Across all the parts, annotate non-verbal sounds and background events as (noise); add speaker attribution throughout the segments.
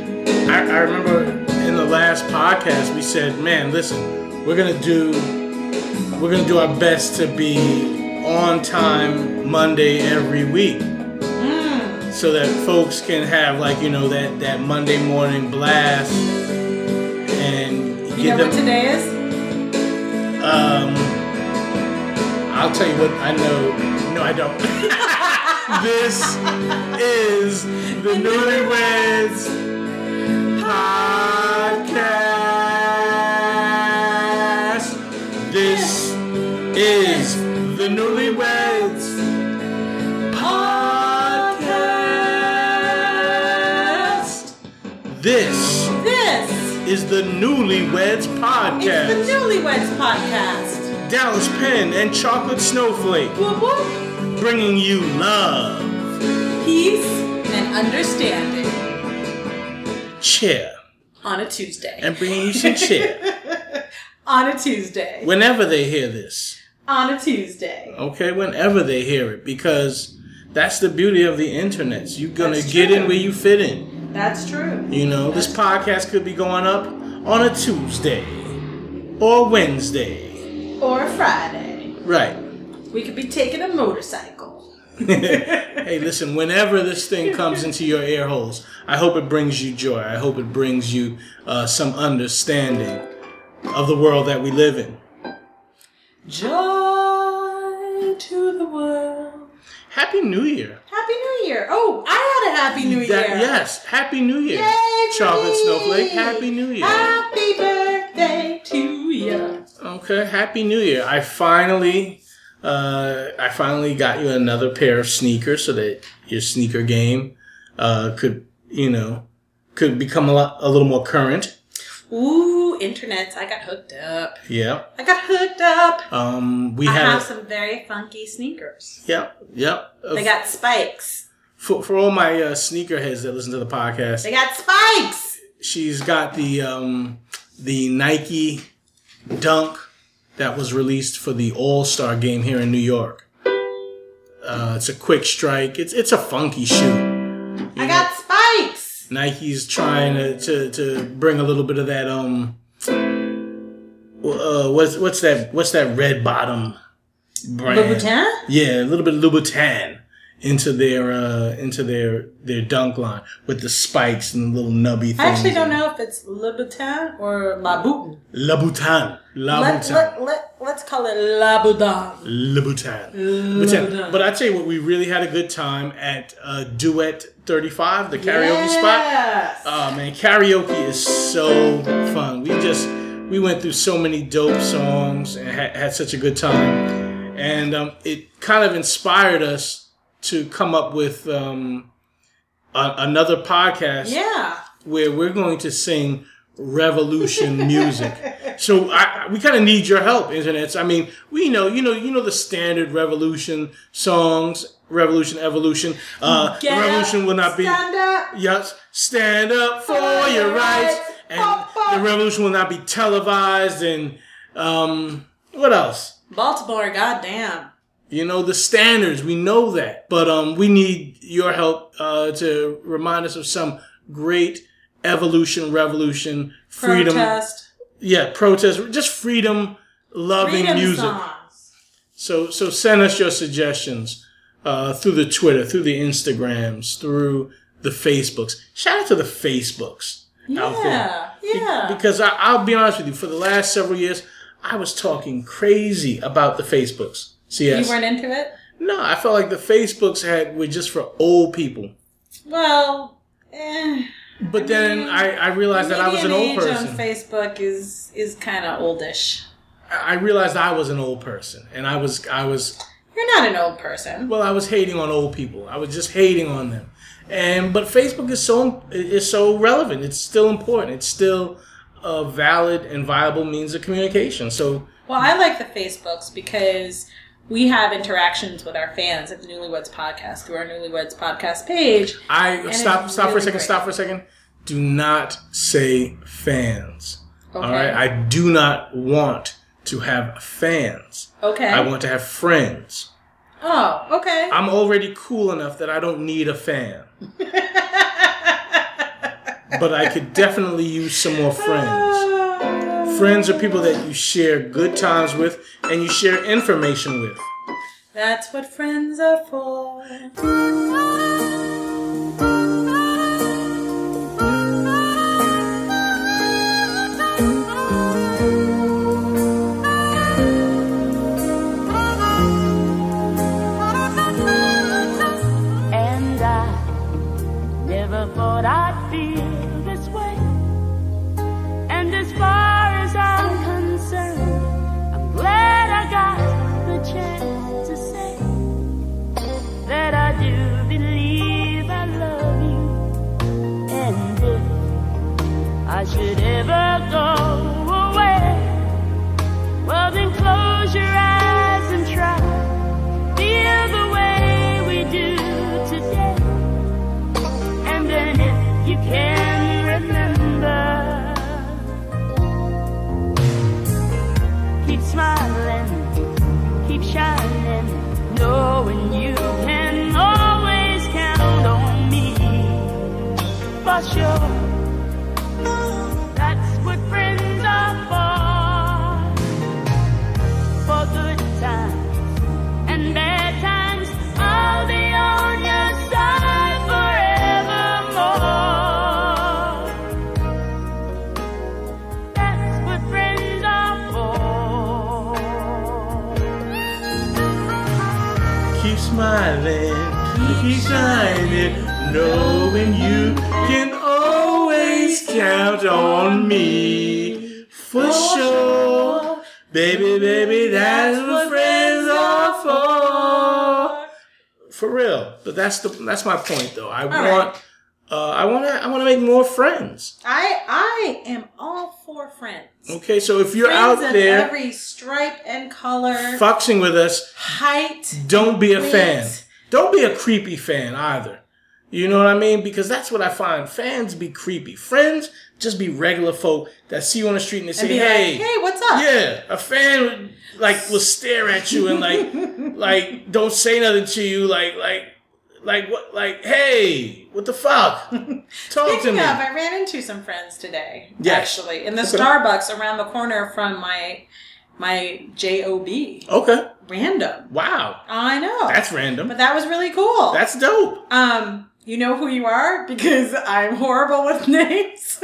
Speaker 1: I, I remember in the last podcast we said, man, listen, we're gonna do we're gonna do our best to be on time Monday every week. So that folks can have like, you know, that, that Monday morning blast and
Speaker 2: You
Speaker 1: get
Speaker 2: know what
Speaker 1: them
Speaker 2: today is?
Speaker 1: um I'll tell you what I know no I don't. (laughs) this is the Newlyweds Podcast. This is the Newlyweds Podcast. This
Speaker 2: This
Speaker 1: is the Newlyweds
Speaker 2: is the
Speaker 1: Podcast.
Speaker 2: Newlyweds Podcast.
Speaker 1: Dallas Penn and Chocolate Snowflake
Speaker 2: Whoop whoop.
Speaker 1: bringing you love,
Speaker 2: Peace and understanding
Speaker 1: cheer,
Speaker 2: on a Tuesday.
Speaker 1: and bringing you some cheer.
Speaker 2: (laughs) on a Tuesday.
Speaker 1: whenever they hear this.
Speaker 2: on a Tuesday.
Speaker 1: Okay, whenever they hear it, because that's the beauty of the internet. You're gonna
Speaker 2: That's
Speaker 1: get in
Speaker 2: true.
Speaker 1: where you fit in.
Speaker 2: That's true.
Speaker 1: You know, this podcast could be going up on a Tuesday or Wednesday,
Speaker 2: Or a Friday.
Speaker 1: right?
Speaker 2: We could be taking a motorcycle.
Speaker 1: hey, listen, whenever this thing
Speaker 2: (laughs)
Speaker 1: comes into your ear holes, I hope it brings you joy. I hope it brings you uh, some understanding of the world that we live in.
Speaker 2: Joy to the world.
Speaker 1: Happy New Year.
Speaker 2: Happy New Year. Oh, I had a Happy New
Speaker 1: That-
Speaker 2: Year.
Speaker 1: yes, Happy New Year.
Speaker 2: Yay! Ah.
Speaker 1: Chocolate Snowflake, Happy New Year.
Speaker 2: Happy birthday to you.
Speaker 1: Okay, happy new year. I finally uh I finally got you another pair of sneakers so that your sneaker game uh could, you know, could become a lot a little more current.
Speaker 2: Ooh, internets. I got hooked up.
Speaker 1: Yeah.
Speaker 2: I got hooked up.
Speaker 1: Um we
Speaker 2: I
Speaker 1: had
Speaker 2: have
Speaker 1: a-
Speaker 2: some very funky sneakers.
Speaker 1: Yep, yep. Uh,
Speaker 2: They got spikes.
Speaker 1: for, for all my uh, sneakerheads that listen to the podcast,
Speaker 2: They got spikes.
Speaker 1: she's got the um the Nike Dunk that was released for the All Star game here in New York. Uh, it's a quick strike. It's it's a funky shoe.
Speaker 2: I got spikes.
Speaker 1: Nike's trying to, to, to bring a little bit of that um uh, what's what's that what's that red bottom brand?
Speaker 2: Louboutin?
Speaker 1: Yeah, a little bit of Louboutin into their uh into their their dunk line with the spikes and the little nubby things.
Speaker 2: I actually don't know if it's Louboutin or Laboutin.
Speaker 1: Laboutan.
Speaker 2: Let,
Speaker 1: Laboutan.
Speaker 2: let, let, let's call it Laboutin.
Speaker 1: Laboutan. Laboutan.
Speaker 2: Laboutin.
Speaker 1: But I tell you what, we really had a good time at uh, Duet 35, the karaoke spot.
Speaker 2: yes.
Speaker 1: Oh man, karaoke is so fun. We just we went through so many dope songs and had, had such a good time, and um, it kind of inspired us to come up with um, a, another podcast
Speaker 2: Yeah.
Speaker 1: where we're going to sing revolution music. So I, I- we kind of need your help, internets. I mean, we know, you know, you know the standard revolution songs, revolution, evolution. Uh,
Speaker 2: Get
Speaker 1: revolution
Speaker 2: up,
Speaker 1: will not be.
Speaker 2: Stand up.
Speaker 1: Yes, stand up for your rights, and the revolution will not be televised. And um, what else?
Speaker 2: Baltimore, goddamn.
Speaker 1: You know the standards. We know that, but um, we need your help uh, to remind us of some great evolution, revolution, freedom.
Speaker 2: Protest.
Speaker 1: Yeah, protest. Just freedom, loving
Speaker 2: Freedom
Speaker 1: music.
Speaker 2: songs.
Speaker 1: So so send us your suggestions uh, through the Twitter, through the Instagrams, through the Facebooks. Shout out to the Facebooks out there.
Speaker 2: Yeah. Yeah.
Speaker 1: Because I, I'll be honest with you, for the last several years, I was talking crazy about the Facebooks.
Speaker 2: You
Speaker 1: CS.
Speaker 2: weren't into it?
Speaker 1: No, I felt like the Facebooks had were just for old people.
Speaker 2: Well, eh.
Speaker 1: But then I, I realized that I was an
Speaker 2: median
Speaker 1: old
Speaker 2: age
Speaker 1: person.
Speaker 2: on Facebook is is kind of oldish.
Speaker 1: I I realized I was an old person, and I was I was
Speaker 2: You're not an old person.
Speaker 1: well, I was hating on old people. I was just hating on them. And but Facebook is so is so relevant. It's still important. It's still a valid and viable means of communication. So
Speaker 2: Well, I like the Facebooks because we have interactions with our fans at the Newlyweds Podcast through our Newlyweds Podcast page.
Speaker 1: I
Speaker 2: it's
Speaker 1: stop stop for a
Speaker 2: really
Speaker 1: second.
Speaker 2: great.
Speaker 1: Stop for a second. Do not say fans.
Speaker 2: Okay.
Speaker 1: All right. I do not want to have fans.
Speaker 2: okay.
Speaker 1: I want to have friends.
Speaker 2: oh, okay.
Speaker 1: I'm already cool enough that I don't need a fan. but I could definitely use some more
Speaker 2: Ah.
Speaker 1: friends. Friends are people that you share good times with and you share information with.
Speaker 2: That's what friends are for.
Speaker 3: And I never thought I'd feel this way. And as far as I'm concerned, I'm glad I got the chance to say that I do believe I love you. And if I should ever go away, well then close your eyes and try feel the way we do today. And then if you can remember, keep smiling, keep shining, knowing you can always count on me. For sure. That's what friends are for. For good times and bad times, I'll be on your side forevermore. That's what friends are for.
Speaker 1: Keep smiling, keep shining, knowing you can always count on me. For sure. Baby, baby, that's what friends are for. For real. But that's the that's my point though. I
Speaker 2: right.
Speaker 1: want uh, I wanna I wanna make more friends.
Speaker 2: I I am all for friends.
Speaker 1: Okay, so if you're
Speaker 2: friends
Speaker 1: out
Speaker 2: of
Speaker 1: there
Speaker 2: every stripe and color,
Speaker 1: foxing with us,
Speaker 2: height.
Speaker 1: Don't be a
Speaker 2: Please.
Speaker 1: fan. Don't be a creepy fan either. You know what I mean? Because that's what I find. Fans be creepy. Friends just be regular folk that see you on the street and they say,
Speaker 2: And be
Speaker 1: "Hey,
Speaker 2: like, hey, what's up?
Speaker 1: yeah." A fan would, like will stare at you and
Speaker 2: (laughs)
Speaker 1: like like don't say nothing to you. Like like like what like hey, what the fuck? Talk Oh, to
Speaker 2: Speaking
Speaker 1: me.
Speaker 2: of, I ran into some friends today.
Speaker 1: Yes.
Speaker 2: Actually, in the
Speaker 1: Okay.
Speaker 2: Starbucks around the corner from my my job.
Speaker 1: okay.
Speaker 2: Random.
Speaker 1: Wow.
Speaker 2: I know.
Speaker 1: That's random.
Speaker 2: but that was really cool.
Speaker 1: That's
Speaker 2: (laughs)
Speaker 1: dope.
Speaker 2: um, you know who you are because I'm horrible with (laughs) names.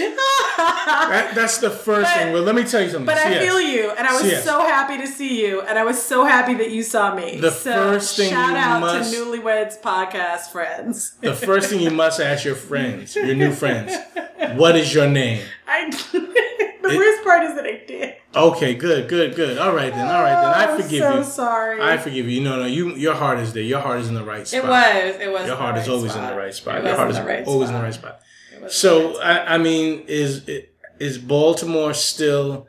Speaker 1: That, that's the first
Speaker 2: But-
Speaker 1: thing. Well, let me tell you something.
Speaker 2: But I
Speaker 1: Yes.
Speaker 2: feel you, and I was
Speaker 1: Yes.
Speaker 2: so happy to see you, and I was so happy that you saw me.
Speaker 1: The
Speaker 2: so
Speaker 1: first thing
Speaker 2: shout
Speaker 1: you
Speaker 2: out
Speaker 1: must-
Speaker 2: to Newlyweds
Speaker 1: (laughs)
Speaker 2: Podcast friends.
Speaker 1: The first thing you must ask your friends, your new friends, what is your name?
Speaker 2: I, the worst part is that I did.
Speaker 1: Okay, good, good, good. All right then, all right then. I
Speaker 2: Oh,
Speaker 1: forgive
Speaker 2: so
Speaker 1: you.
Speaker 2: sorry.
Speaker 1: I forgive you. No, no, you. Your heart is there. Your heart is in the right spot.
Speaker 2: it was. It was.
Speaker 1: Your heart
Speaker 2: the
Speaker 1: is
Speaker 2: right
Speaker 1: always
Speaker 2: spot.
Speaker 1: in the right
Speaker 2: It
Speaker 1: spot.
Speaker 2: was
Speaker 1: Your heart
Speaker 2: in
Speaker 1: is
Speaker 2: the right
Speaker 1: always in
Speaker 2: spot.
Speaker 1: the right spot.
Speaker 2: It was in
Speaker 1: So
Speaker 2: the right
Speaker 1: I, I mean, is it- is Baltimore still?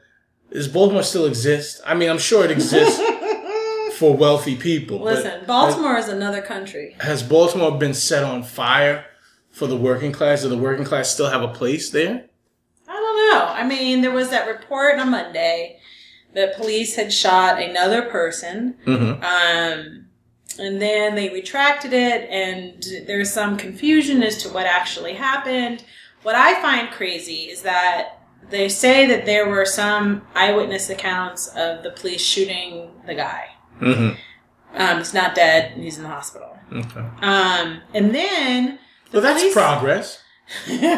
Speaker 1: Does Baltimore still exist? I mean, I'm sure it
Speaker 2: (laughs)
Speaker 1: exists for wealthy people. but-
Speaker 2: spot. listen, Baltimore is another country.
Speaker 1: has Baltimore been set on fire for the working class? Do the working class still have a place there?
Speaker 2: I don't know. I mean, there was that report on Monday that police had shot another person.
Speaker 1: Mhm.
Speaker 2: Um, and then they retracted it, and there's some confusion as to what actually happened. What I find crazy is that they say that there were some eyewitness accounts of the police shooting the guy.
Speaker 1: Mm-hmm.
Speaker 2: Um, he's not dead, and he's in the hospital.
Speaker 1: Okay.
Speaker 2: Um, and then. the
Speaker 1: Well, that's
Speaker 2: police-
Speaker 1: progress.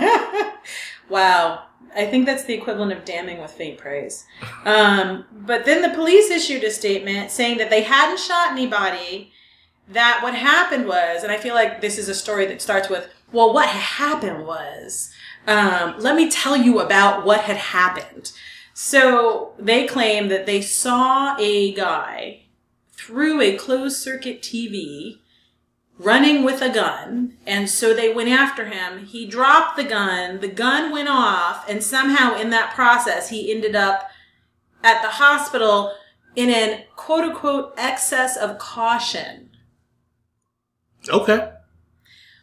Speaker 2: (laughs) wow. I think that's the equivalent of damning with faint praise. Um, but then the police issued a statement saying that they hadn't shot anybody. That what happened was, and I feel like this is a story that starts with, well, what happened was, um, let me tell you about what had happened. So they claim that they saw a guy through a closed circuit TV running with a gun, and so they went after him. He dropped the gun, the gun went off, and somehow in that process, he ended up at the hospital in an quote unquote excess of caution.
Speaker 1: Okay.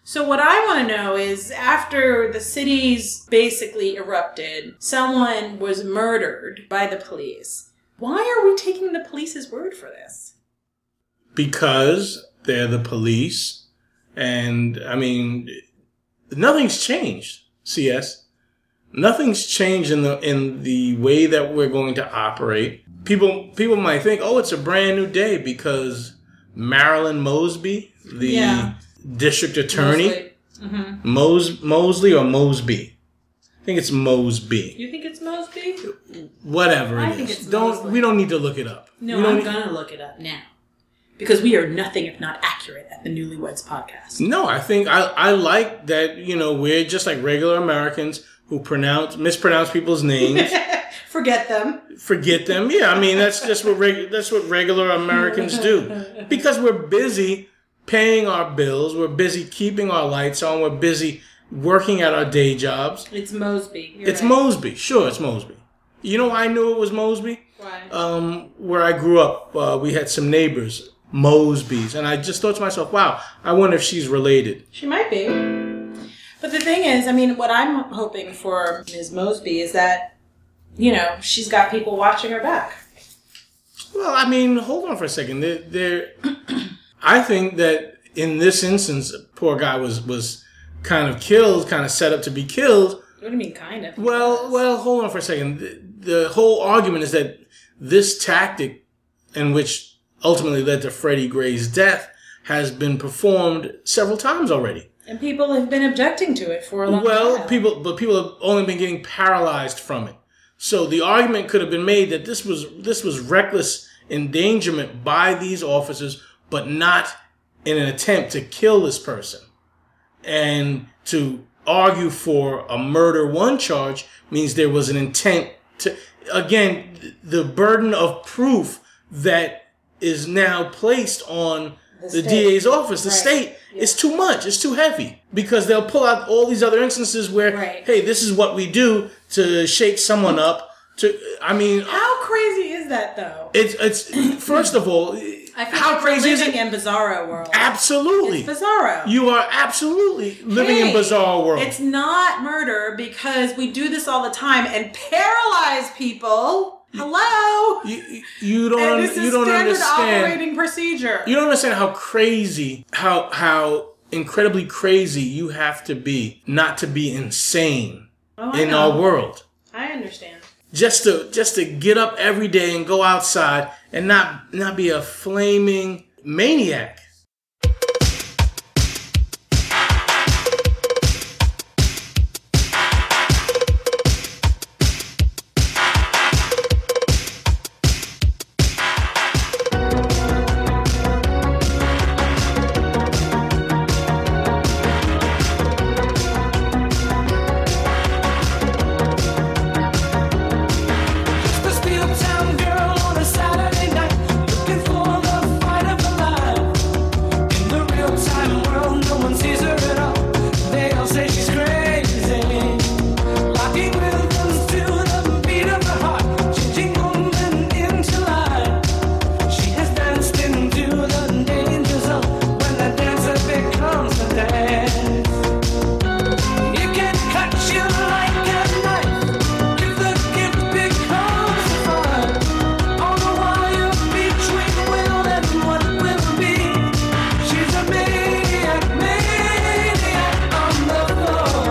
Speaker 2: So, what I want to know is after the cities basically erupted, someone was murdered by the police. Why are we taking the police's word for this?
Speaker 1: Because they're the police. And I mean, nothing's changed. CS, nothing's changed in the in the way that we're going to operate. People people might think, oh, it's a brand new day because Marilyn Mosby, the
Speaker 2: Yeah.
Speaker 1: district attorney,
Speaker 2: Mostly. Mhm.
Speaker 1: Mos- Mosley or Mosby. I think it's Mosby.
Speaker 2: You think it's Mosby?
Speaker 1: Whatever
Speaker 4: I
Speaker 1: it
Speaker 4: think
Speaker 1: is.
Speaker 4: it's
Speaker 1: don't
Speaker 4: Mosley.
Speaker 1: we don't need to look it up.
Speaker 4: No,
Speaker 1: we don't
Speaker 4: I'm
Speaker 1: need-
Speaker 4: gonna look it up now. Because we are nothing if not accurate at the Newlyweds podcast.
Speaker 1: No, I think I, I like that, you know, we're just like regular Americans who pronounce mispronounce people's names,
Speaker 4: Forget them.
Speaker 1: forget them. Yeah, I mean that's just what reg, that's what regular Americans do. Because we're busy paying our bills, we're busy keeping our lights on, we're busy working at our day jobs.
Speaker 2: It's Mosby. You're
Speaker 1: It's
Speaker 2: right.
Speaker 1: Mosby. Sure, it's Mosby. You know why I knew it was Mosby?
Speaker 2: Why?
Speaker 1: um, where I grew up, uh, we had some neighbors, Mosby's, and I just thought to myself, wow, I wonder if she's related.
Speaker 2: She might be. But the thing is, I mean, what I'm hoping for Ms. Mosby is that, you know, she's got people watching her back.
Speaker 1: Well, I mean, hold on for a second. There, there, (clears throat) I think that in this instance, poor guy was was kind of killed, kind of set up to be killed.
Speaker 2: What do you mean, kind of?
Speaker 1: Well, well, hold on for a second. The, the whole argument is that this tactic, in which ultimately led to Freddie Gray's death, has been performed several times already.
Speaker 2: And people have been objecting to it for a long
Speaker 1: well,
Speaker 2: while.
Speaker 1: people, but people have only been getting paralyzed from it. So the argument could have been made that this was this was reckless endangerment by these officers, but not in an attempt to kill this person. And to argue for a murder one charge means there was an intent to. Again, th- the burden of proof that is now placed on the,
Speaker 2: state.
Speaker 1: DA's office, the
Speaker 2: Right.
Speaker 1: state, it's too much. It's too heavy because they'll pull out all these other instances where,
Speaker 2: Right.
Speaker 1: hey, this is what we do to shake someone up. To I mean,
Speaker 2: How crazy is that, though?
Speaker 1: it's
Speaker 2: (clears throat)
Speaker 1: it's first of all,
Speaker 2: I feel
Speaker 1: how
Speaker 2: like we're
Speaker 1: crazy is
Speaker 2: living
Speaker 1: it?
Speaker 2: in Bizarro world?
Speaker 1: Absolutely,
Speaker 2: It's Bizarro.
Speaker 1: you are absolutely living
Speaker 2: Hey,
Speaker 1: in bizarre world.
Speaker 2: It's not murder because we do this all the time and paralyze people. Hello?
Speaker 1: you, you- you
Speaker 2: And
Speaker 1: don't
Speaker 2: this
Speaker 1: you
Speaker 2: is
Speaker 1: don't
Speaker 2: standard
Speaker 1: understand.
Speaker 2: operating procedure.
Speaker 1: You don't understand how crazy, how how incredibly crazy you have to be not to be insane
Speaker 2: Oh, I
Speaker 1: in
Speaker 2: know.
Speaker 1: our world.
Speaker 2: I understand.
Speaker 1: just to just to get up every day and go outside and not not be a flaming maniac.
Speaker 5: The Steeltown girl on a Saturday night, looking for the fight of her life. In the real-time world, no one sees her at all. They all say she's crazy. Locking rhythms to the beat of her heart, changing woman into life. She has danced into the danger zone when the dancer becomes the dance. You can cut you like a knife. If the gift becomes a fun, all the while between will and what will be. She's a maniac, maniac on the floor,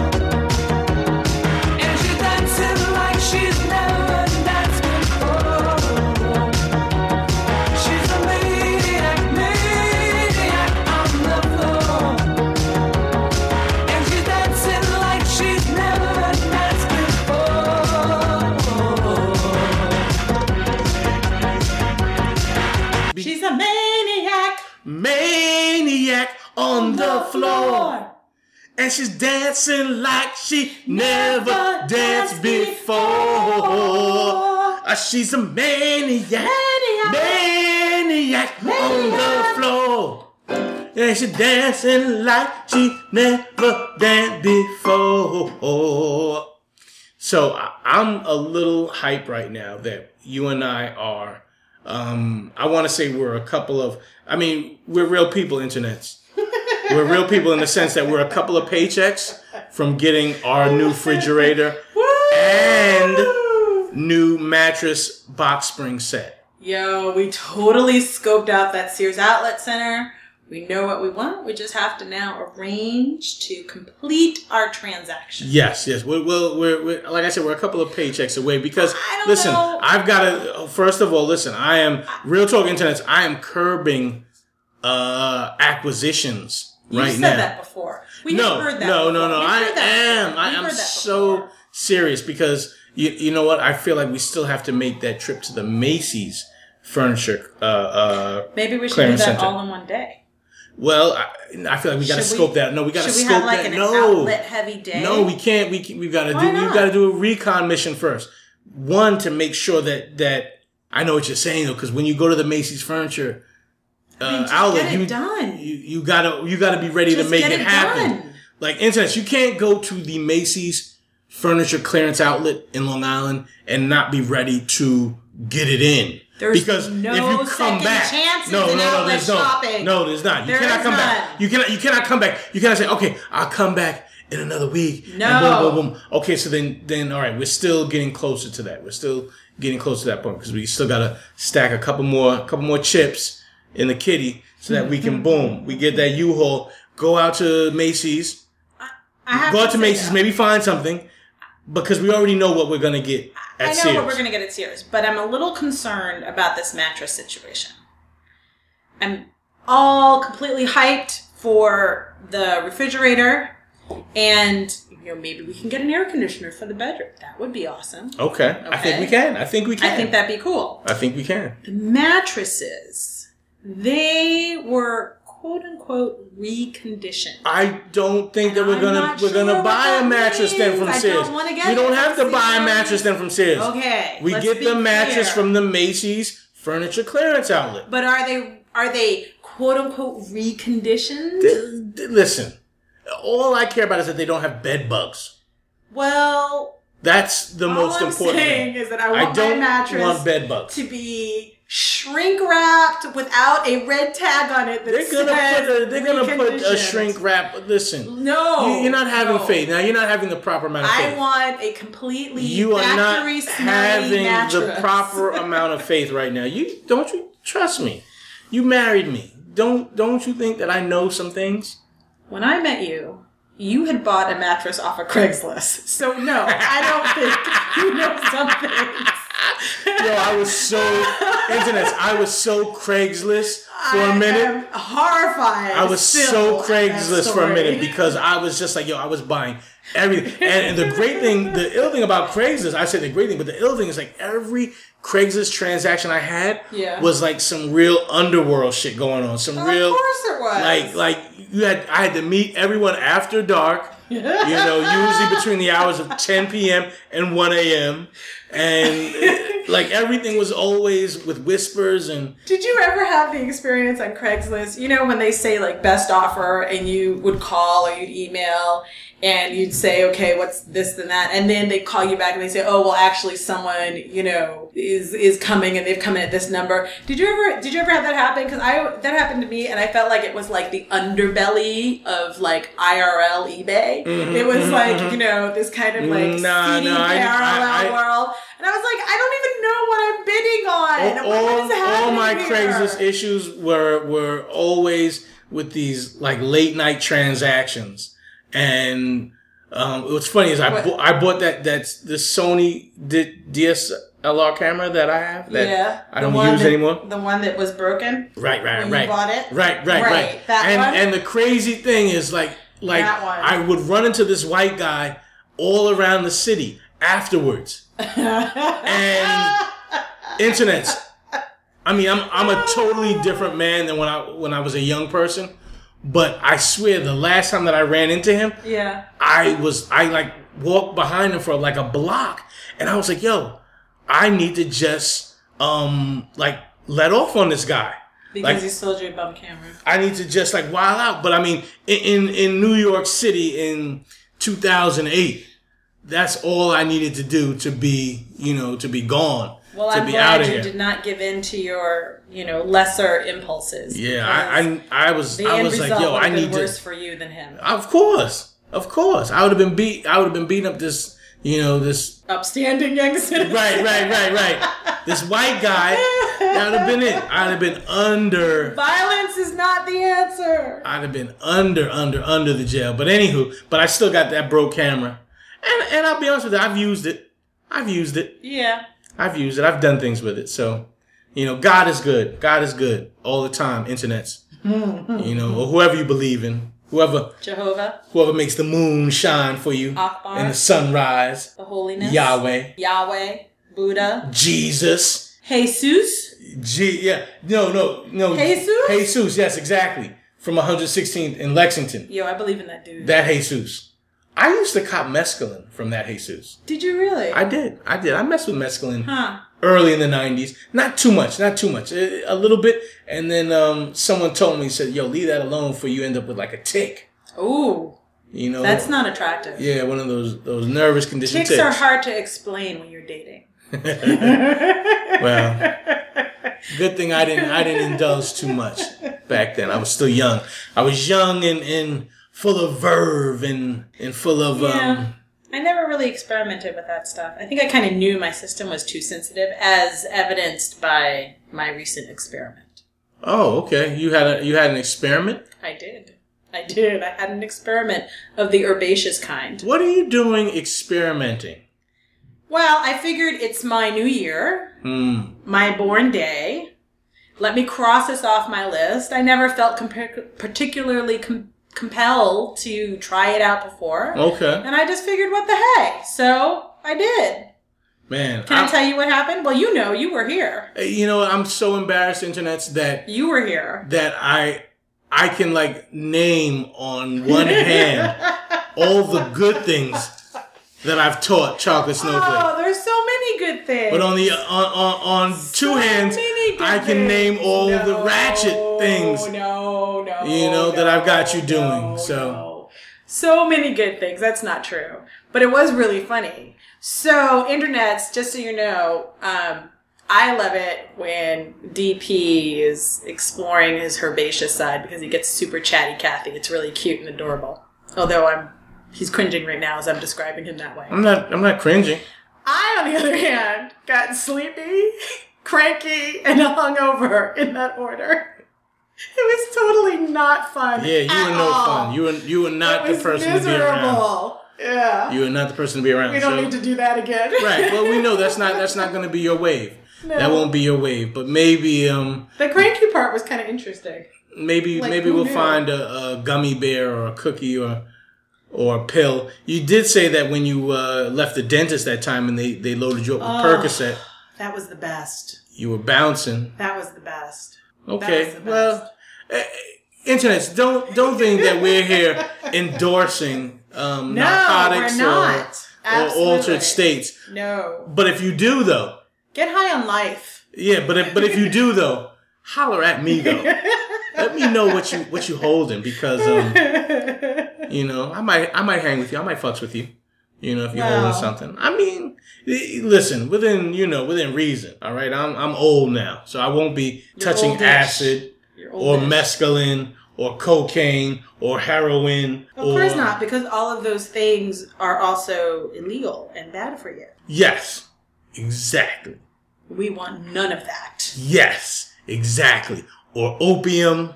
Speaker 5: and she's dancing like she's never danced before. She's a maniac, maniac on the floor. And she's dancing like she's never danced before.
Speaker 2: She's a maniac Oh,
Speaker 1: Maniac on the floor. And she's dancing like she never danced before. Ah, She's a maniac,
Speaker 2: Maniac.
Speaker 1: maniac on the floor. And she's dancing like she never danced before. So I- I'm a little hype right now that you and I are. Um, I want to say we're a couple of. I mean, we're real people, internets. we're real people in the sense that we're a couple of paychecks from getting our new refrigerator and new mattress box spring set.
Speaker 2: Yo, we totally scoped out that Sears Outlet Center. We know what we want. We just have to now arrange to complete our transaction.
Speaker 1: Yes, yes. We're, we're, we're, we're like I said, we're a couple of paychecks away because
Speaker 2: I don't
Speaker 1: listen,
Speaker 2: know.
Speaker 1: I've got to. First of all, listen, I am real talk internet. I am curbing uh acquisitions
Speaker 2: You
Speaker 1: right
Speaker 2: said
Speaker 1: now.
Speaker 2: that before. We
Speaker 1: no,
Speaker 2: have heard that.
Speaker 1: no, no,
Speaker 2: before.
Speaker 1: no,
Speaker 2: We've
Speaker 1: I
Speaker 2: heard that
Speaker 1: am.
Speaker 2: before.
Speaker 1: I
Speaker 2: We've
Speaker 1: am
Speaker 2: heard that
Speaker 1: so
Speaker 2: before.
Speaker 1: serious because you you know what? I feel like we still have to make that trip to the Macy's furniture. Uh, uh,
Speaker 2: Maybe we should
Speaker 1: Clarence
Speaker 2: do that
Speaker 1: Center.
Speaker 2: all in one day.
Speaker 1: well, I, I feel like we got to
Speaker 2: Should we-
Speaker 1: scope that. No, we got to
Speaker 2: Should we
Speaker 1: scope
Speaker 2: have like
Speaker 1: that.
Speaker 2: an
Speaker 1: no,
Speaker 2: outlet heavy day?
Speaker 1: No, we can't. We can, we've got to do.
Speaker 2: Why
Speaker 1: We've
Speaker 2: not?
Speaker 1: got to do a recon mission first. One to make sure that that I know what you're saying though, because when you go to the Macy's furniture uh,
Speaker 2: mean, just
Speaker 1: outlet,
Speaker 2: get it
Speaker 1: you,
Speaker 2: done.
Speaker 1: you you gotta you gotta be ready to
Speaker 2: Just
Speaker 1: make
Speaker 2: get
Speaker 1: it,
Speaker 2: it
Speaker 1: happen.
Speaker 2: done.
Speaker 1: Like internet, you can't go to the Macy's furniture clearance outlet in Long Island and not be ready to get it in.
Speaker 2: There's
Speaker 1: because
Speaker 2: no
Speaker 1: if you come
Speaker 2: second
Speaker 1: back,
Speaker 2: chances
Speaker 1: no,
Speaker 2: in
Speaker 1: no, no,
Speaker 2: outlet
Speaker 1: there's no,
Speaker 2: shopping.
Speaker 1: no, there's not. You
Speaker 2: There
Speaker 1: cannot
Speaker 2: is
Speaker 1: come
Speaker 2: none.
Speaker 1: back. You cannot, you cannot come back. You cannot say, okay, I'll come back in another week. and
Speaker 2: No.
Speaker 1: boom, boom, boom. Okay, so then, then, all right, we're still getting closer to that. We're still getting close to that point because we still gotta stack a couple more, couple more chips in the kitty so that we
Speaker 2: Mm-hmm.
Speaker 1: can boom, we get that U-Haul, go out to Macy's
Speaker 2: I have
Speaker 1: go out to
Speaker 2: say
Speaker 1: Macy's,
Speaker 2: that.
Speaker 1: maybe find something, because we already know what we're gonna get at
Speaker 2: I know
Speaker 1: Sears.
Speaker 2: what we're gonna get at Sears, but I'm a little concerned about this mattress situation. I'm all completely hyped for the refrigerator, and you know maybe we can get an air conditioner for the bedroom. That would be awesome.
Speaker 1: okay. I think
Speaker 2: Okay.
Speaker 1: we can. I think we can.
Speaker 2: I think that'd be cool.
Speaker 1: I think we can.
Speaker 2: The mattresses, they were quote unquote reconditioned.
Speaker 1: I don't think that we're
Speaker 2: I'm
Speaker 1: gonna
Speaker 2: not
Speaker 1: we're gonna
Speaker 2: sure what
Speaker 1: buy
Speaker 2: that
Speaker 1: a mattress then from
Speaker 2: means. I
Speaker 1: Sears.
Speaker 2: don't wanna get
Speaker 1: we don't
Speaker 2: it
Speaker 1: have to
Speaker 2: from
Speaker 1: buy a
Speaker 2: Sears.
Speaker 1: mattress then from Sears.
Speaker 2: Okay,
Speaker 1: We
Speaker 2: let's
Speaker 1: get
Speaker 2: be
Speaker 1: the mattress
Speaker 2: clear.
Speaker 1: from the Macy's furniture clearance outlet.
Speaker 2: But are they are they quote unquote reconditioned?
Speaker 1: D- d- Listen, all I care about is that they don't have bed bugs.
Speaker 2: well,
Speaker 1: That's the
Speaker 2: all
Speaker 1: most
Speaker 2: I'm
Speaker 1: important.
Speaker 2: saying
Speaker 1: thing.
Speaker 2: is that I want
Speaker 1: don't
Speaker 2: my mattress
Speaker 1: want bed bugs.
Speaker 2: to be shrink wrapped without a red tag on it. That
Speaker 1: They're gonna
Speaker 2: says
Speaker 1: put a, they're gonna put a
Speaker 2: reconditioned.
Speaker 1: shrink wrap. Listen,
Speaker 2: No,
Speaker 1: you, you're not having
Speaker 2: no.
Speaker 1: faith. Now you're not having the proper amount of faith.
Speaker 2: I want a completely
Speaker 1: you are not
Speaker 2: factory
Speaker 1: having the
Speaker 2: mattress.
Speaker 1: proper amount of faith right now. You don't you trust me? You married me. Don't don't you think that I know some things?
Speaker 2: When I met you, you had bought a mattress off of Craigslist. So no, I don't think (laughs) you know something.
Speaker 1: Yo, I was
Speaker 2: (laughs)
Speaker 1: so internet. I was so Craigslist for a minute.
Speaker 2: horrified.
Speaker 1: I was so Craigslist for a minute because I was just like, yo, I was buying everything. And, and the great thing, the ill thing about Craigslist, I said the great thing, but the ill thing is like every Craigslist transaction I had
Speaker 2: Yeah.
Speaker 1: was like some real underworld shit going on. Some real,
Speaker 2: Of course it was.
Speaker 1: like, like you had, I had to meet everyone after dark.
Speaker 2: (laughs)
Speaker 1: You know, usually between the hours of 10 p.m. and 1 a.m.
Speaker 2: (laughs)
Speaker 1: And like everything was always with whispers and
Speaker 2: Did you ever have the experience on Craigslist? You know when they say like best offer, and you would call or you'd email, and you'd say, okay, what's this and that, and then they call you back and they say, oh, well, actually, someone you know is is coming, and they've come in at this number. Did you ever did you ever have that happen? Because I that happened to me, and I felt like it was like the underbelly of like IRL eBay. it was like you know this kind of like
Speaker 1: Mm-hmm, Nah,
Speaker 2: seedy
Speaker 1: nah, I-
Speaker 2: parallel
Speaker 1: I- I-
Speaker 2: world, and I was like, I don't even know what I'm bidding on.
Speaker 1: all,
Speaker 2: I'm like, what
Speaker 1: all-
Speaker 2: is happening
Speaker 1: all Oh, my
Speaker 2: here?
Speaker 1: Craigslist issues were were always with these like late night transactions, and um, what's funny is I
Speaker 2: What?
Speaker 1: bought, I bought that that's the Sony D- DSLR camera that I have that
Speaker 2: yeah,
Speaker 1: I
Speaker 2: The
Speaker 1: don't
Speaker 2: one
Speaker 1: use
Speaker 2: that-
Speaker 1: anymore.
Speaker 2: The one that was broken.
Speaker 1: Right, right,
Speaker 2: when you
Speaker 1: right.
Speaker 2: bought it?
Speaker 1: Right, right, right.
Speaker 2: Right, that
Speaker 1: and
Speaker 2: one?
Speaker 1: and the crazy thing is like like
Speaker 2: That one.
Speaker 1: I would run into this white guy all around the city
Speaker 2: (laughs)
Speaker 1: afterwards, and internets. I mean, I'm I'm a totally different man than when I when I was a young person, but I swear the last time that I ran into him,
Speaker 2: Yeah.
Speaker 1: I was I like walked behind him for like a block, and I was like, "Yo, I need to just um like let off on this guy."
Speaker 2: Because
Speaker 1: Like-
Speaker 2: he sold you a bum camera.
Speaker 1: I need to just like wild out. But I mean, in in, in New York City in 2008, that's all I needed to do to be you know to be gone
Speaker 2: Well,
Speaker 1: to
Speaker 2: I'm
Speaker 1: be
Speaker 2: glad
Speaker 1: outta
Speaker 2: you did not give in to your, you know, lesser impulses.
Speaker 1: Yeah,
Speaker 2: because
Speaker 1: I, I I was
Speaker 2: the
Speaker 1: I
Speaker 2: end
Speaker 1: was like,
Speaker 2: result
Speaker 1: yo,
Speaker 2: would
Speaker 1: I
Speaker 2: have
Speaker 1: need
Speaker 2: been worse
Speaker 1: to.
Speaker 2: for you than him.
Speaker 1: Of course, of course, I would have been beat. I would have been beating up this you know this
Speaker 2: Upstanding young citizen.
Speaker 1: right right right
Speaker 2: (laughs)
Speaker 1: right this white guy. That would have been it. I'd have been under.
Speaker 2: Violence is not the answer. answer.
Speaker 1: I'd have been under, under, under the jail. But anywho, but I still got that broke camera, and and I'll be honest with you, I've used it. I've used it.
Speaker 2: Yeah.
Speaker 1: I've used it. I've done things with it. So, you know, God is good. God is good all the time. Internets, you know, or whoever you believe in, whoever
Speaker 2: Jehovah,
Speaker 1: whoever makes the moon shine for you
Speaker 2: Akbar.
Speaker 1: and the sunrise,
Speaker 2: the holiness.
Speaker 1: Yahweh,
Speaker 2: Yahweh, Buddha,
Speaker 1: Jesus.
Speaker 2: Jesus.
Speaker 1: G- yeah, no, no, no.
Speaker 2: Jesus?
Speaker 1: Jesus, yes, exactly. From 116th in Lexington.
Speaker 2: Yo, I believe in that dude.
Speaker 1: That Jesus. I used to cop mescaline from that Jesus.
Speaker 2: Did you really?
Speaker 1: I did. I did. I messed with mescaline
Speaker 2: huh.
Speaker 1: early in the 90s. Not too much, not too much. A, a little bit. And then um, someone told me, said, yo, leave that alone for you end up with like a tick.
Speaker 2: Ooh,
Speaker 1: You know?
Speaker 2: that's not attractive.
Speaker 1: Yeah, one of those those nervous condition
Speaker 2: Chicks
Speaker 1: ticks.
Speaker 2: are hard to explain when you're dating.
Speaker 1: Well, good thing I didn't I didn't indulge too much back then. I was still young. I was young and, and full of verve and, and full of
Speaker 2: Yeah.
Speaker 1: um
Speaker 2: I never really experimented with that stuff. I think I kind of knew my system was too sensitive, as evidenced by my recent experiment.
Speaker 1: oh okay you had a you had an experiment.
Speaker 2: I did. I did. I had an experiment of the herbaceous kind.
Speaker 1: What are you doing experimenting?
Speaker 2: Well, I figured it's my new year.
Speaker 1: Hmm.
Speaker 2: my born day. Let me cross this off my list. I never felt compa- particularly com- compelled to try it out
Speaker 1: Oh.
Speaker 2: before.
Speaker 1: Okay,
Speaker 2: And I just figured, what the heck? So I did.
Speaker 1: man.
Speaker 2: Can I
Speaker 1: I'm-
Speaker 2: tell you what happened? Well, you know, you were here.
Speaker 1: You know, I'm so embarrassed, internets, that
Speaker 2: You were here.
Speaker 1: that I I can like name on one hand
Speaker 2: (laughs)
Speaker 1: all the good things that I've taught Chocolate Snowflake.
Speaker 2: Oh, there's so many good things.
Speaker 1: But on the on on, on two
Speaker 2: So
Speaker 1: hands,
Speaker 2: many good
Speaker 1: I can
Speaker 2: things.
Speaker 1: name all the
Speaker 2: No,
Speaker 1: ratchet things.
Speaker 2: No, no.
Speaker 1: You know, that I've got you doing,
Speaker 2: no,
Speaker 1: so.
Speaker 2: no. so many good things. That's not true, but it was really funny. So, internets, just so you know, um, I love it when DP is exploring his herbaceous side because he gets super chatty Cathy. It's really cute and adorable. Although I'm, he's cringing right now as I'm describing him that way.
Speaker 1: I'm not I'm not cringing.
Speaker 2: I, on the other hand, got sleepy, cranky, and hungover in that order. It was totally not fun.
Speaker 1: Yeah, you
Speaker 2: at
Speaker 1: were no
Speaker 2: all.
Speaker 1: fun. You were you were not
Speaker 2: it was
Speaker 1: the person to be around.
Speaker 2: miserable. Yeah.
Speaker 1: You were not the person to be around.
Speaker 2: we don't
Speaker 1: so-
Speaker 2: need to do that again.
Speaker 1: Right. Well, we know that's not that's not going to be your wave. That won't be your wave. But maybe um
Speaker 2: (laughs) the cranky part was kind of interesting.
Speaker 1: maybe
Speaker 2: Like,
Speaker 1: maybe
Speaker 2: who
Speaker 1: we'll
Speaker 2: knew?
Speaker 1: find a, a gummy bear or a cookie or or a pill. You did say that when you uh, left the dentist that time and they they loaded you up with
Speaker 2: Oh.
Speaker 1: Percocet,
Speaker 2: That was the best.
Speaker 1: you were bouncing.
Speaker 2: That was the best.
Speaker 1: Okay.
Speaker 2: was the
Speaker 1: Well, eh, internets, don't don't think that we're
Speaker 2: (laughs)
Speaker 1: here endorsing um,
Speaker 2: No,
Speaker 1: narcotics
Speaker 2: we're not.
Speaker 1: or, or
Speaker 2: Absolutely.
Speaker 1: altered states.
Speaker 2: No.
Speaker 1: But if you do though,
Speaker 2: Get high on life.
Speaker 1: yeah. But if, but if you do though, holler at me though.
Speaker 2: (laughs)
Speaker 1: Let me know what you what you holding because um, you know I might I might hang with you. I might fucks with you. You know if you're
Speaker 2: Wow.
Speaker 1: holding something. I mean, eh, listen within you know within reason. All right, I'm I'm old now, so I won't be touching
Speaker 2: oldish.
Speaker 1: acid
Speaker 2: You're
Speaker 1: or
Speaker 2: oldish.
Speaker 1: mescaline or cocaine or heroin.
Speaker 2: Of
Speaker 1: or,
Speaker 2: course not, because all of those things are also illegal and bad for you.
Speaker 1: Yes, exactly.
Speaker 2: We want none of that.
Speaker 1: Yes, exactly. Or opium.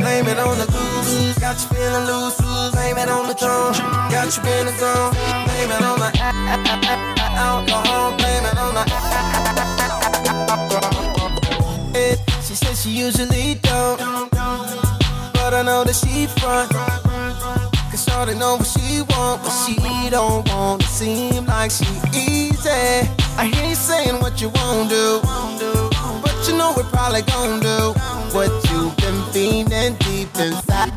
Speaker 6: Blame it on the booze, got you feeling loose. Blame it on the drunk, got you in the zone. Blame it on the a- a- a- a- alcohol, blame it on the. a- (laughs) She says she usually don't, but I know that she front. Cause Shorty know what she want, but she don't want to seem like she easy. I hear you saying what you won't do, but you know we probably gon' do what you've been feeling deep inside.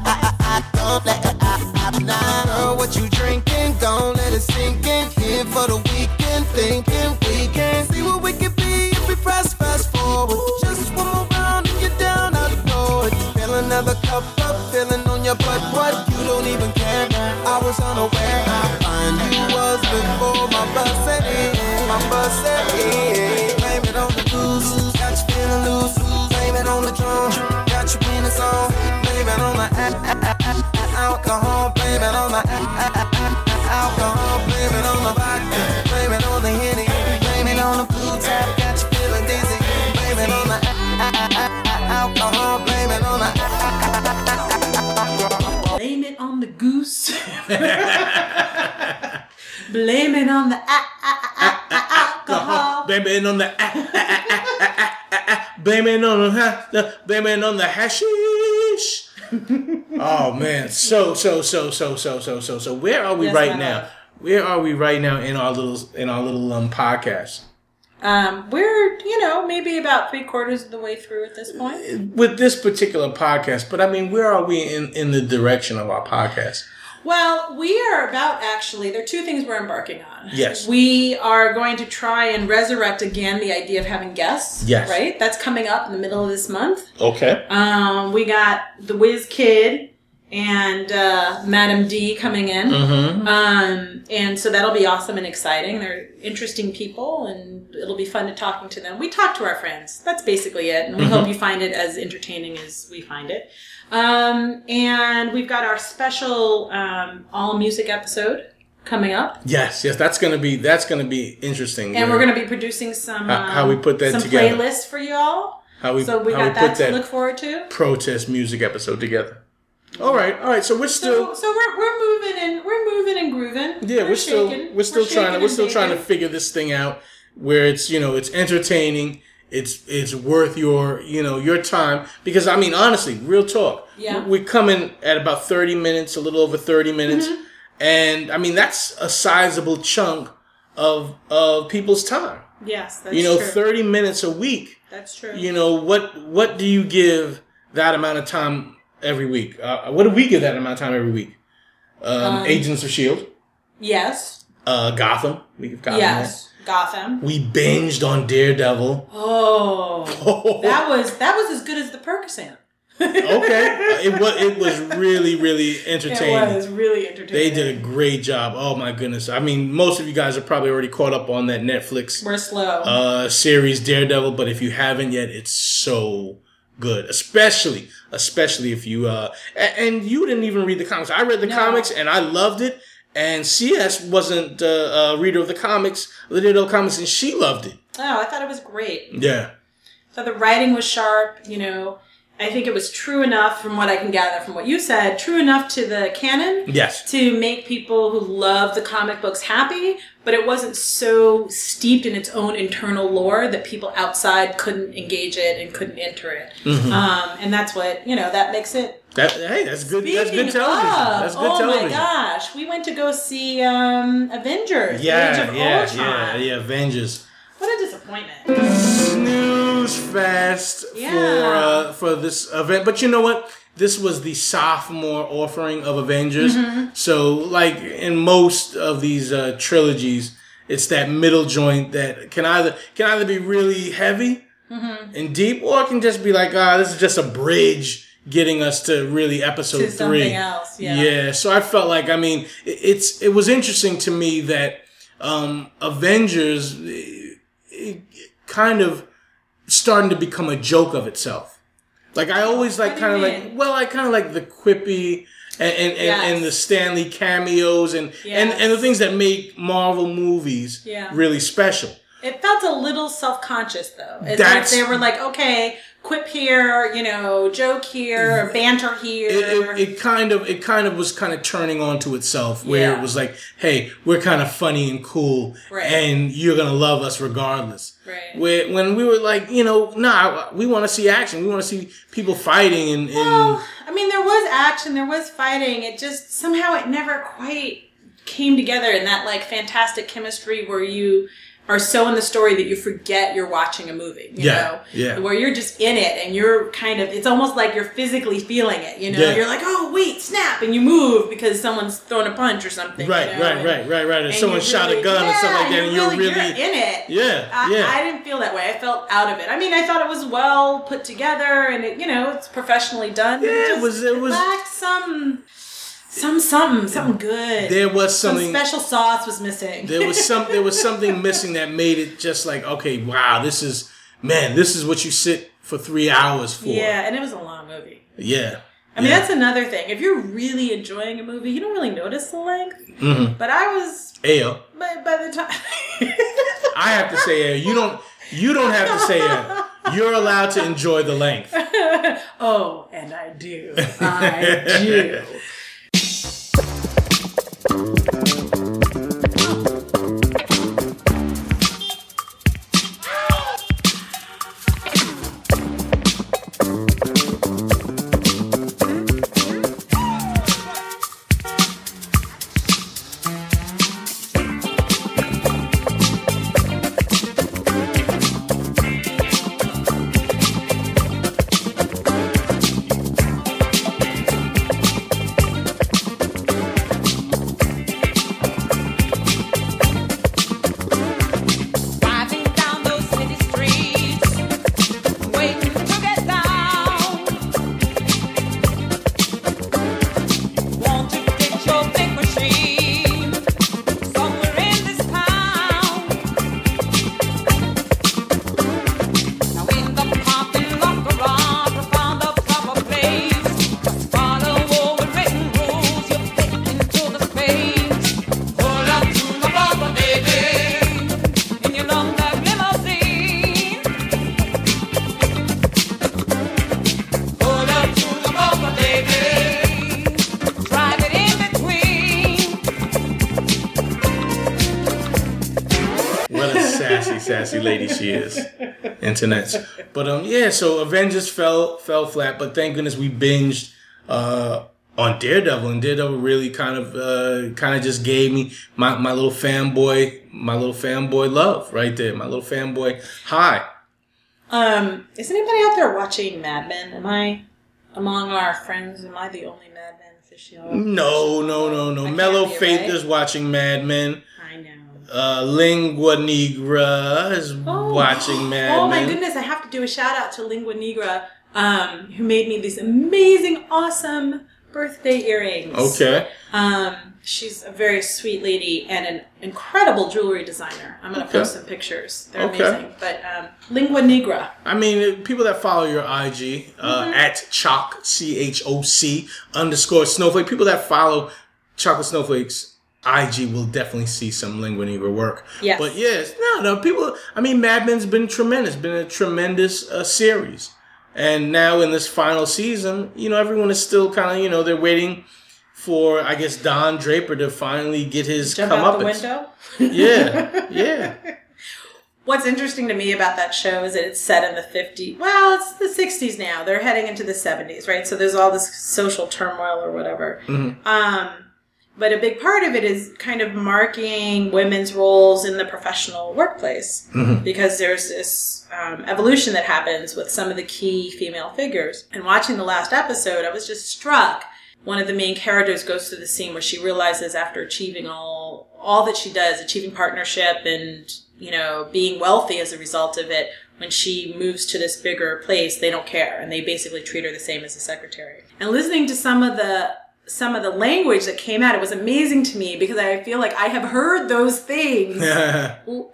Speaker 6: Don't let it out now. Girl, what you drinking? Don't let it sink in. Here for the weekend, thinking we can see what we can be if we press fast forward. Just one more round and you're down out the door. Fill another cup up, feeling on your butt. What you don't even care. I was unaware how fine you was before my bus set in. My bus set in. Blame it on the booze, got you feeling loose. Blame it on the drum, got you penis on. Blame it on the a- a- a- a- alcohol. Blame it on the a- a- a-
Speaker 2: (laughs)
Speaker 7: Blame it on the a- a- a- a- a- alcohol.
Speaker 1: Blame it on the ah, ah, ah, ah, ah, ah, ah. blame it on the ha- the blame it on the hashish. oh man, so so so so so so so so where are we
Speaker 2: Yes,
Speaker 1: right
Speaker 2: my
Speaker 1: now?
Speaker 2: love.
Speaker 1: Where are we right now in our little in our little um podcast?
Speaker 2: Um, we're you know maybe about three quarters of the way through at this point.
Speaker 1: With this particular podcast, but I mean, where are we in in the direction of our podcast?
Speaker 2: Well, we are about actually. There are two things we're embarking on.
Speaker 1: Yes.
Speaker 2: we are going to try and resurrect again the idea of having guests.
Speaker 1: Yes.
Speaker 2: right. That's coming up in the middle of this month.
Speaker 1: Okay.
Speaker 2: Um, we got the Whiz Kid and uh, Madam D coming in.
Speaker 1: Mm-hmm.
Speaker 2: Um, and so that'll be awesome and exciting. They're interesting people, and it'll be fun to talking to them. We talk to our friends. That's basically it, and we
Speaker 1: Mm-hmm.
Speaker 2: hope you find it as entertaining as we find it. Um, and we've got our special um, all music episode coming up,
Speaker 1: Yes, yes, that's gonna be that's gonna be interesting. where-
Speaker 2: and we're going to be producing some
Speaker 1: How-
Speaker 2: um,
Speaker 1: how we put that
Speaker 2: some
Speaker 1: together.
Speaker 2: playlists for y'all.
Speaker 1: how we
Speaker 2: so we
Speaker 1: how
Speaker 2: got
Speaker 1: we
Speaker 2: that
Speaker 1: put
Speaker 2: to look forward to.
Speaker 1: protest music episode together. All right, all right. So we're still
Speaker 2: So, so we're, we're moving and we're moving and grooving.
Speaker 1: yeah, we're, still
Speaker 2: shaking.
Speaker 1: we're still trying
Speaker 2: shaking
Speaker 1: to we're
Speaker 2: and
Speaker 1: still trying to
Speaker 2: baking.
Speaker 1: figure this thing out where it's you know it's entertaining, it's it's worth your you know your time because I mean honestly, real talk.
Speaker 2: Yeah.
Speaker 1: we're coming at about thirty minutes, a little over thirty minutes,
Speaker 2: Mm-hmm.
Speaker 1: and I mean that's a sizable chunk of of people's time.
Speaker 2: Yes, that's
Speaker 1: You know,
Speaker 2: true.
Speaker 1: thirty minutes a week.
Speaker 2: that's true.
Speaker 1: you know what what do you give that amount of time every week uh, what do we give that amount of time every week um, agents of shield
Speaker 2: Yes.
Speaker 1: uh, gotham we give gotham
Speaker 2: Yes. Gotham.
Speaker 1: that. we binged on daredevil
Speaker 2: Oh,
Speaker 1: okay (laughs)
Speaker 2: that was that was as good as the Percocet. (laughs)
Speaker 1: it was it was really
Speaker 2: (laughs)
Speaker 1: really entertaining
Speaker 2: really
Speaker 1: they
Speaker 2: entertaining.
Speaker 1: did a great job oh my goodness i mean most of you guys are probably already caught up on that netflix
Speaker 2: We're slow.
Speaker 1: uh, series Daredevil, but if you haven't yet, it's so good. Especially, especially if you uh, a- and you didn't even read the comics. I read the comics and I loved it. And CS wasn't uh, a reader of the comics, the Daredevil comics, and she loved it.
Speaker 2: oh, I thought it was great.
Speaker 1: Yeah,
Speaker 2: I thought the writing was sharp. You know, I think it was true enough from what I can gather from what you said. True enough to the canon.
Speaker 1: yes,
Speaker 2: to make people who love the comic books happy, but it wasn't so steeped in its own internal lore that people outside couldn't engage it and couldn't enter it.
Speaker 1: Mm-hmm.
Speaker 2: Um, and that's what, you know, that makes it.
Speaker 1: that hey, that's good. that's
Speaker 2: Speaking
Speaker 1: good television.
Speaker 2: of,
Speaker 1: that's good
Speaker 2: oh
Speaker 1: television.
Speaker 2: my gosh, we went to go see um, Avengers. Age
Speaker 1: Yeah,
Speaker 2: of
Speaker 1: yeah,
Speaker 2: Ultron.
Speaker 1: yeah, yeah. Avengers.
Speaker 2: What a disappointment.
Speaker 1: snooze fest for
Speaker 2: Yeah.
Speaker 1: uh, for this event. But you know what? This was the sophomore offering of Avengers.
Speaker 2: Mm-hmm.
Speaker 1: So, like in most of these uh, trilogies, it's that middle joint that can either can either be really heavy
Speaker 2: Mm-hmm.
Speaker 1: and deep, or it can just be like, ah, this is just a bridge getting us to really episode
Speaker 2: To
Speaker 1: three.
Speaker 2: something else, yeah.
Speaker 1: So I felt like, I mean, it, it's it was interesting to me that um, Avengers eh, it, kind of starting to become a joke of itself. Like I always like
Speaker 2: What do
Speaker 1: kind
Speaker 2: you
Speaker 1: of like
Speaker 2: mean?
Speaker 1: well I kind of like the quippy and and, and, and the
Speaker 2: Yes.
Speaker 1: Stanley cameos and, and
Speaker 2: Yes.
Speaker 1: and the things that make Marvel movies
Speaker 2: Yeah.
Speaker 1: really special.
Speaker 2: It felt a little self conscious, though. It's
Speaker 1: That's-
Speaker 2: like they were like, okay, quip here, you know, joke here, banter here.
Speaker 1: It, it, it kind of it kind of was kind of turning onto itself where it
Speaker 2: Yeah.
Speaker 1: was like hey we're kind of funny and cool
Speaker 2: Right.
Speaker 1: and you're gonna love us regardless.
Speaker 2: Right.
Speaker 1: Where, when we were like you know nah we want to see action we want to see people fighting and, and
Speaker 2: Well, I mean, there was action, there was fighting. It just somehow it never quite came together in that like fantastic chemistry where you are so in the story that you forget you're watching a movie. You
Speaker 1: Yeah,
Speaker 2: know?
Speaker 1: yeah.
Speaker 2: Where you're just in it and you're kind of it's almost like you're physically feeling it. You know,
Speaker 1: Yeah.
Speaker 2: you're like, oh wait, snap, and you move because someone's throwing a punch or something. you
Speaker 1: (laughs) right
Speaker 2: know,
Speaker 1: right
Speaker 2: and-
Speaker 1: right right right if
Speaker 2: and
Speaker 1: someone
Speaker 2: you
Speaker 1: shot a
Speaker 2: really-
Speaker 1: gun or something like
Speaker 2: yeah,
Speaker 1: that and you're really,
Speaker 2: in it.
Speaker 1: Yeah,
Speaker 2: I,
Speaker 1: yeah.
Speaker 2: I didn't feel that way. I felt out of it. I mean, I thought it was well put together, and it, you know, it's professionally done. but
Speaker 1: Yeah, it
Speaker 2: just-
Speaker 1: was- it was-
Speaker 2: lacked some, some something, something good.
Speaker 1: there was
Speaker 2: some
Speaker 1: something
Speaker 2: special sauce was missing.
Speaker 1: there was
Speaker 2: (laughs)
Speaker 1: some there was something missing that made it just like okay wow this is man this is what you sit for three hours for
Speaker 2: yeah, and it was a long movie.
Speaker 1: yeah
Speaker 2: I mean,
Speaker 1: Yeah.
Speaker 2: that's another thing. If you're really enjoying a movie, you don't really notice the length.
Speaker 1: Mm-hmm.
Speaker 2: But I was,
Speaker 1: Ayo.
Speaker 2: by, by the time. (laughs)
Speaker 1: I have to say ayo. You don't you don't have to say ayo. You're allowed to enjoy the length.
Speaker 2: Oh, and I do.
Speaker 1: (laughs)
Speaker 2: I do.
Speaker 1: sassy, sassy lady she is. Internets. But um, yeah. So Avengers fell fell flat, but thank goodness we binged uh on Daredevil, and Daredevil really kind of uh kind of just gave me my my little fanboy my little fanboy love right there, my little fanboy high.
Speaker 2: Um, is anybody out there watching Mad Men? Am I among our friends? Am I the only Mad Men
Speaker 1: Mm.
Speaker 2: aficionado?
Speaker 1: No, no, no, no.
Speaker 2: can't
Speaker 1: Mellow
Speaker 2: be,
Speaker 1: Faith
Speaker 2: right?
Speaker 1: is watching Mad Men.
Speaker 2: I know.
Speaker 1: Uh, Lingua Negra is
Speaker 2: Oh.
Speaker 1: watching Mad
Speaker 2: Oh
Speaker 1: Men.
Speaker 2: my goodness! I have to do a shout out to Lingua Negra, um, who made me these amazing, awesome birthday earrings.
Speaker 1: Okay.
Speaker 2: Um, she's a very sweet lady and an incredible jewelry designer. I'm gonna
Speaker 1: Okay.
Speaker 2: post some pictures. They're
Speaker 1: Okay.
Speaker 2: amazing. But um, Lingua Negra.
Speaker 1: I mean, people that follow your IG uh,
Speaker 2: Mm-hmm.
Speaker 1: at Choc C H O C underscore Snowflake. People that follow Chocolate Snowflakes IG will definitely see some Lingua Negra work.
Speaker 2: Yes.
Speaker 1: But yes, no, no. People. I mean, Mad Men's been tremendous. Been a tremendous uh, series, and now in this final season, you know, everyone is still kind of you know they're waiting. For I guess Don Draper to finally get his
Speaker 2: Jump
Speaker 1: come
Speaker 2: out
Speaker 1: up
Speaker 2: the window.
Speaker 1: Yeah, yeah.
Speaker 2: (laughs) What's interesting to me about that show is that it's set in the 50s. Well, it's the 60s now. They're heading into the 70s, right? So there's all this social turmoil or whatever. Um, but a big part of it is kind of marking women's roles in the professional workplace because there's this um, evolution that happens with some of the key female figures. And watching the last episode, I was just struck. One of the main characters goes through the scene where she realizes after achieving all all that she does, achieving partnership and you know being wealthy as a result of it, when she moves to this bigger place, they don't care and they basically treat her the same as a secretary. And listening to some of the some of the language that came out, it was amazing to me because I feel like I have heard those things
Speaker 1: (laughs)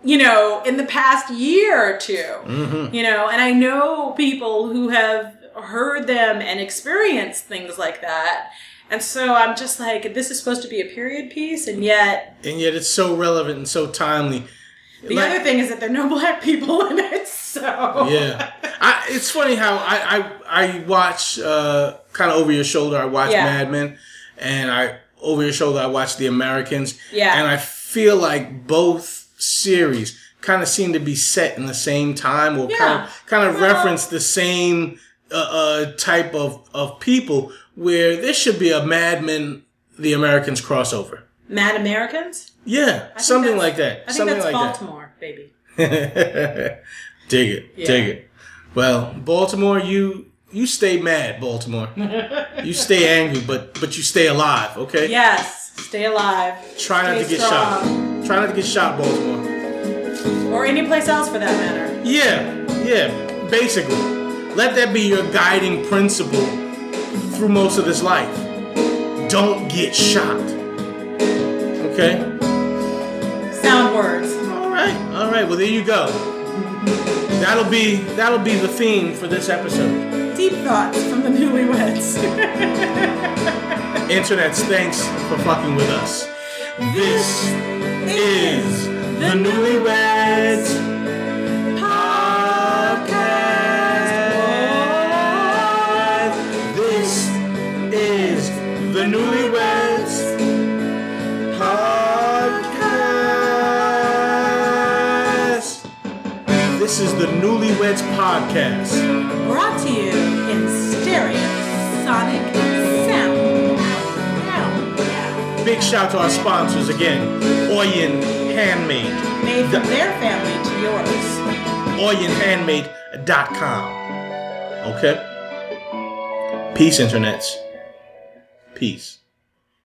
Speaker 2: you know, in the past year or 2
Speaker 1: Mm-hmm.
Speaker 2: You know, and I know people who have heard them and experienced things like that. And so I'm just like, this is supposed to be a period piece, and yet
Speaker 1: and yet it's so relevant and so timely.
Speaker 2: the
Speaker 1: Like-
Speaker 2: other thing is that there are no (laughs) black people in it. So
Speaker 1: yeah. I, it's funny how I I, I watch uh, kind of over your shoulder. I watch
Speaker 2: Yeah.
Speaker 1: Mad Men, and I over your shoulder I watch The Americans.
Speaker 2: Yeah.
Speaker 1: and I feel like both series kind of seem to be set in the same time or kind
Speaker 2: Yeah.
Speaker 1: of kind of reference the same uh, uh, type of of people. Where there should be a Mad Men, The Americans crossover.
Speaker 2: Mad Americans.
Speaker 1: Yeah,
Speaker 2: I think
Speaker 1: something like
Speaker 2: that's-
Speaker 1: that.
Speaker 2: I think
Speaker 1: something
Speaker 2: that's
Speaker 1: like that.
Speaker 2: Baltimore, baby.
Speaker 1: dig it, dig it. Well, Baltimore, you you stay mad, Baltimore. you stay angry, but but you stay alive. Okay.
Speaker 2: Yes, stay alive.
Speaker 1: Try not
Speaker 2: stay
Speaker 1: to get shot.
Speaker 2: strong.
Speaker 1: Try not to get shot, Baltimore.
Speaker 2: or any place else for that matter.
Speaker 1: Yeah, yeah. Basically, let that be your guiding principle through most of this life. Don't get shot. Okay.
Speaker 2: Sound words.
Speaker 1: All right, all right. Well, there you go. That'll be that'll be the theme for this episode.
Speaker 2: Deep thoughts from the newlyweds.
Speaker 1: Internets, thanks for fucking with us. This is the Newlyweds Podcast. This is the Newlyweds Podcast. This is the Newlyweds Podcast.
Speaker 2: Brought to you in stereo sonic sound. Sound. Yeah.
Speaker 1: Big shout to our sponsors again Oyen Handmade,
Speaker 2: Made from their family to yours.
Speaker 1: OyenHandmade.com. Okay? Peace, internets. Peace.